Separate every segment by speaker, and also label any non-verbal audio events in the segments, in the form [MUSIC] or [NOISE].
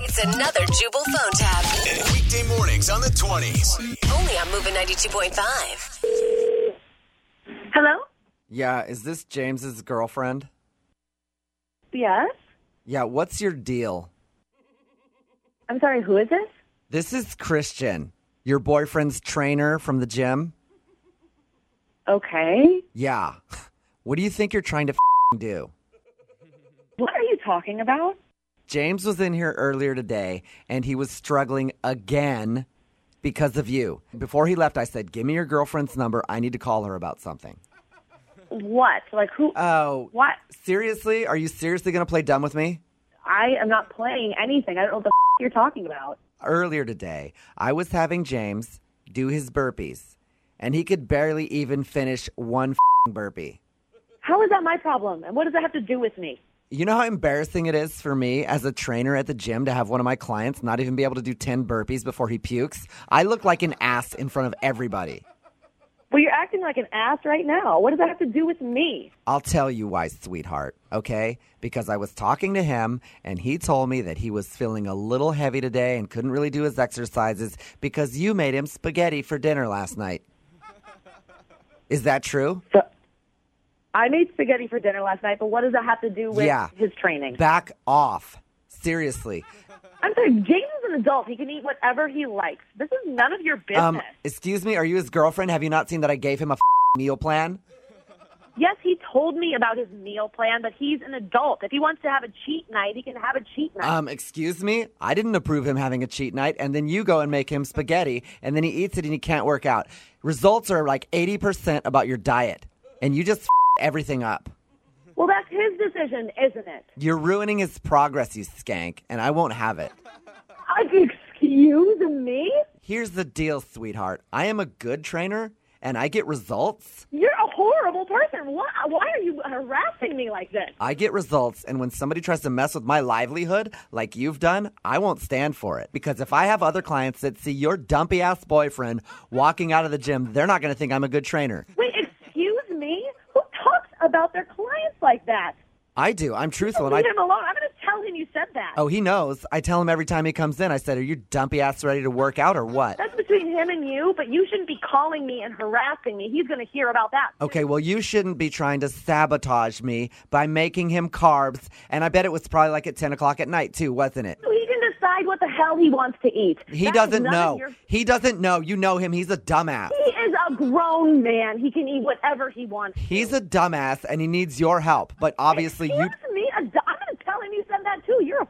Speaker 1: It's another Jubal phone tab.
Speaker 2: Weekday mornings on the 20s.
Speaker 1: Only on Moving 92.5.
Speaker 3: Hello?
Speaker 4: Yeah, is this James's girlfriend?
Speaker 3: Yes?
Speaker 4: Yeah, what's your deal?
Speaker 3: I'm sorry, who is this?
Speaker 4: This is Christian, your boyfriend's trainer from the gym.
Speaker 3: Okay.
Speaker 4: Yeah. [LAUGHS] What do you think you're trying to f***ing do?
Speaker 3: What are you talking about?
Speaker 4: James was in here earlier today and he was struggling again because of you. Before he left, I said, Give me your girlfriend's number. I need to call her about something.
Speaker 3: What? Like, who?
Speaker 4: Oh,
Speaker 3: what?
Speaker 4: seriously? Are you seriously going to play dumb with me?
Speaker 3: I am not playing anything. I don't know what the f- you're talking about.
Speaker 4: earlier today, I was having James do his burpees, and he could barely even finish one fing burpee.
Speaker 3: How is that my problem? And what does that have to do with me?
Speaker 4: You know how embarrassing it is for me as a trainer at the gym to have one of my clients not even be able to do 10 burpees before he pukes? I look like an ass in front of everybody.
Speaker 3: Well, you're acting like an ass right now. What does that have to do with me?
Speaker 4: I'll tell you why, sweetheart, okay? Because I was talking to him and he told me that he was feeling a little heavy today and couldn't really do his exercises because you made him spaghetti for dinner last night. Is that true?
Speaker 3: So, I made spaghetti for dinner last night, but what does that have to do with
Speaker 4: Yeah.
Speaker 3: his training?
Speaker 4: Back off. Seriously.
Speaker 3: I'm sorry, James is an adult. He can eat whatever he likes. This is none of your business.
Speaker 4: Um, excuse me, are you his girlfriend? Have you not seen that I gave him a f***ing meal plan?
Speaker 3: Yes, he told me about his meal plan, but he's an adult. If he wants to have a cheat night, he can have a cheat night.
Speaker 4: Um, excuse me, I didn't approve him having a cheat night, and then you go and make him spaghetti, and then he eats it and he can't work out. Results are like 80% about your diet, and you just f- everything up.
Speaker 3: well, that's his decision, isn't it?
Speaker 4: You're ruining his progress, you skank, and I won't have it.
Speaker 3: I, excuse me?
Speaker 4: Here's the deal, sweetheart. I am a good trainer, and I get results.
Speaker 3: You're a horrible person. Why, why are you harassing me like this?
Speaker 4: I get results, and when somebody tries to mess with my livelihood, like you've done, I won't stand for it. Because if I have other clients that see your dumpy ass boyfriend walking out of the gym, they're not going to think I'm a good trainer.
Speaker 3: Wait, excuse me? Who talks about their clients like that?
Speaker 4: I do. I'm truthful. And I,
Speaker 3: Leave him alone. I'm going to tell him you said that.
Speaker 4: oh, he knows. I tell him every time he comes in, I said, Are you dumpy ass ready to work out or what?
Speaker 3: That's between him and you, but you shouldn't be calling me and harassing me. He's going to hear about that.
Speaker 4: Okay, well, you shouldn't be trying to sabotage me by making him carbs. And I bet it was probably like at 10 o'clock at night, too, wasn't it?
Speaker 3: He can decide what the hell he wants to eat.
Speaker 4: He
Speaker 3: That is
Speaker 4: doesn't
Speaker 3: none of
Speaker 4: know.
Speaker 3: your-
Speaker 4: He doesn't know. You know him. He's a dumbass.
Speaker 3: He is a grown man. He can eat whatever he wants.
Speaker 4: He's a dumbass and he needs your help. But obviously, you
Speaker 3: Excuse me. A d- I'm going to tell him you said that too. You're a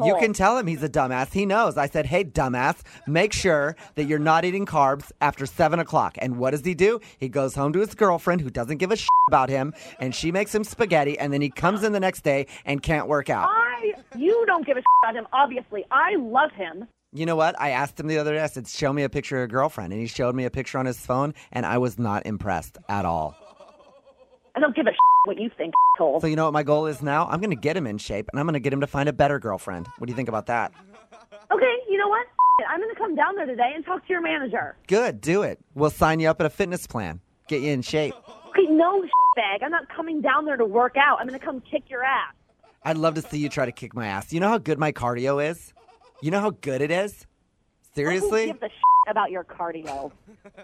Speaker 4: you
Speaker 3: asshole.
Speaker 4: can tell him he's a dumbass. He knows. I said, "Hey, dumbass, make sure that you're not eating carbs after seven o'clock." And what does he do? He goes home to his girlfriend, who doesn't give a shit about him, and she makes him spaghetti. And then he comes in the next day and can't work out.
Speaker 3: I. You don't give a shit about him. Obviously, I love him.
Speaker 4: You know what? I asked him the other day. I said, "Show me a picture of your girlfriend," and he showed me a picture on his phone, and I was not impressed at all.
Speaker 3: I don't give a shit what you think, asshole.
Speaker 4: So you know what my goal is now? I'm going to get him in shape, and I'm going to get him to find a better girlfriend. What do you think about that?
Speaker 3: Okay, you know what? F- it. I'm going to come down there today and talk to your manager.
Speaker 4: Good, do it. We'll sign you up at a fitness plan. Get you in shape.
Speaker 3: Okay, no shit bag. I'm not coming down there to work out. I'm going to come kick your ass.
Speaker 4: I'd love to see you try to kick my ass. You know how good my cardio is? You know how good it is?
Speaker 3: Who
Speaker 4: Seriously?
Speaker 3: gives a shit about your cardio?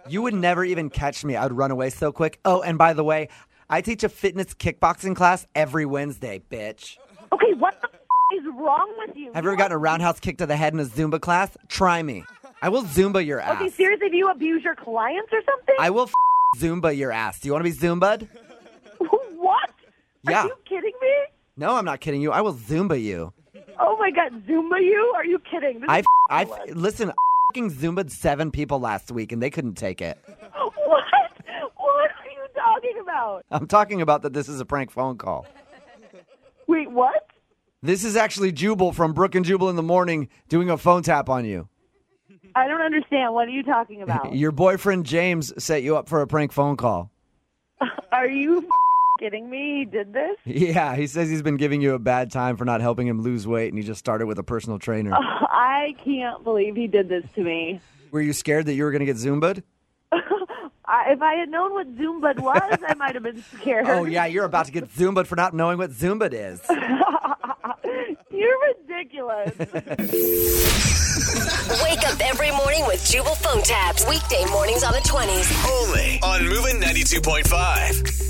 Speaker 4: You would never even catch me. I'd run away so quick. Oh, and by the way, I teach a fitness kickboxing class every Wednesday, bitch.
Speaker 3: Okay, what the f- is wrong with you?
Speaker 4: Have you ever gotten a roundhouse kick to the head in a Zumba class? Try me. I will Zumba your
Speaker 3: Okay,
Speaker 4: ass.
Speaker 3: seriously, do you abuse your clients or something?
Speaker 4: I will f- Zumba your ass. Do you want to be Zumba'd?
Speaker 3: [LAUGHS] what?
Speaker 4: Yeah.
Speaker 3: Are you kidding me?
Speaker 4: No, I'm not kidding you. I will Zumba you.
Speaker 3: Oh my God, Zumba, you? Are you kidding? This
Speaker 4: I,
Speaker 3: is
Speaker 4: f- I, f- listen, I fing Zumba'd seven people last week and they couldn't take it.
Speaker 3: [LAUGHS] what? What are you talking about?
Speaker 4: I'm talking about that this is a prank phone call.
Speaker 3: Wait, what?
Speaker 4: This is actually Jubal from Brook and Jubal in the Morning doing a phone tap on you.
Speaker 3: I don't understand. What are you talking about?
Speaker 4: [LAUGHS] Your boyfriend James set you up for a prank phone call. [LAUGHS]
Speaker 3: Are you [LAUGHS] f- kidding me? He did this?
Speaker 4: Yeah, he says he's been giving you a bad time for not helping him lose weight and he just started with a personal trainer.
Speaker 3: I can't believe he did this to me. [LAUGHS]
Speaker 4: Were you scared that you were going to get Zumba'd?
Speaker 3: I, if I had known what Zumba was, I might have been scared.
Speaker 4: Oh, yeah, you're about to get Zumba'd for not knowing what Zumba is.
Speaker 3: [LAUGHS] You're ridiculous.
Speaker 1: Wake up every morning with Jubal phone tabs. Weekday mornings on the 20s.
Speaker 2: Only on Moving 92.5.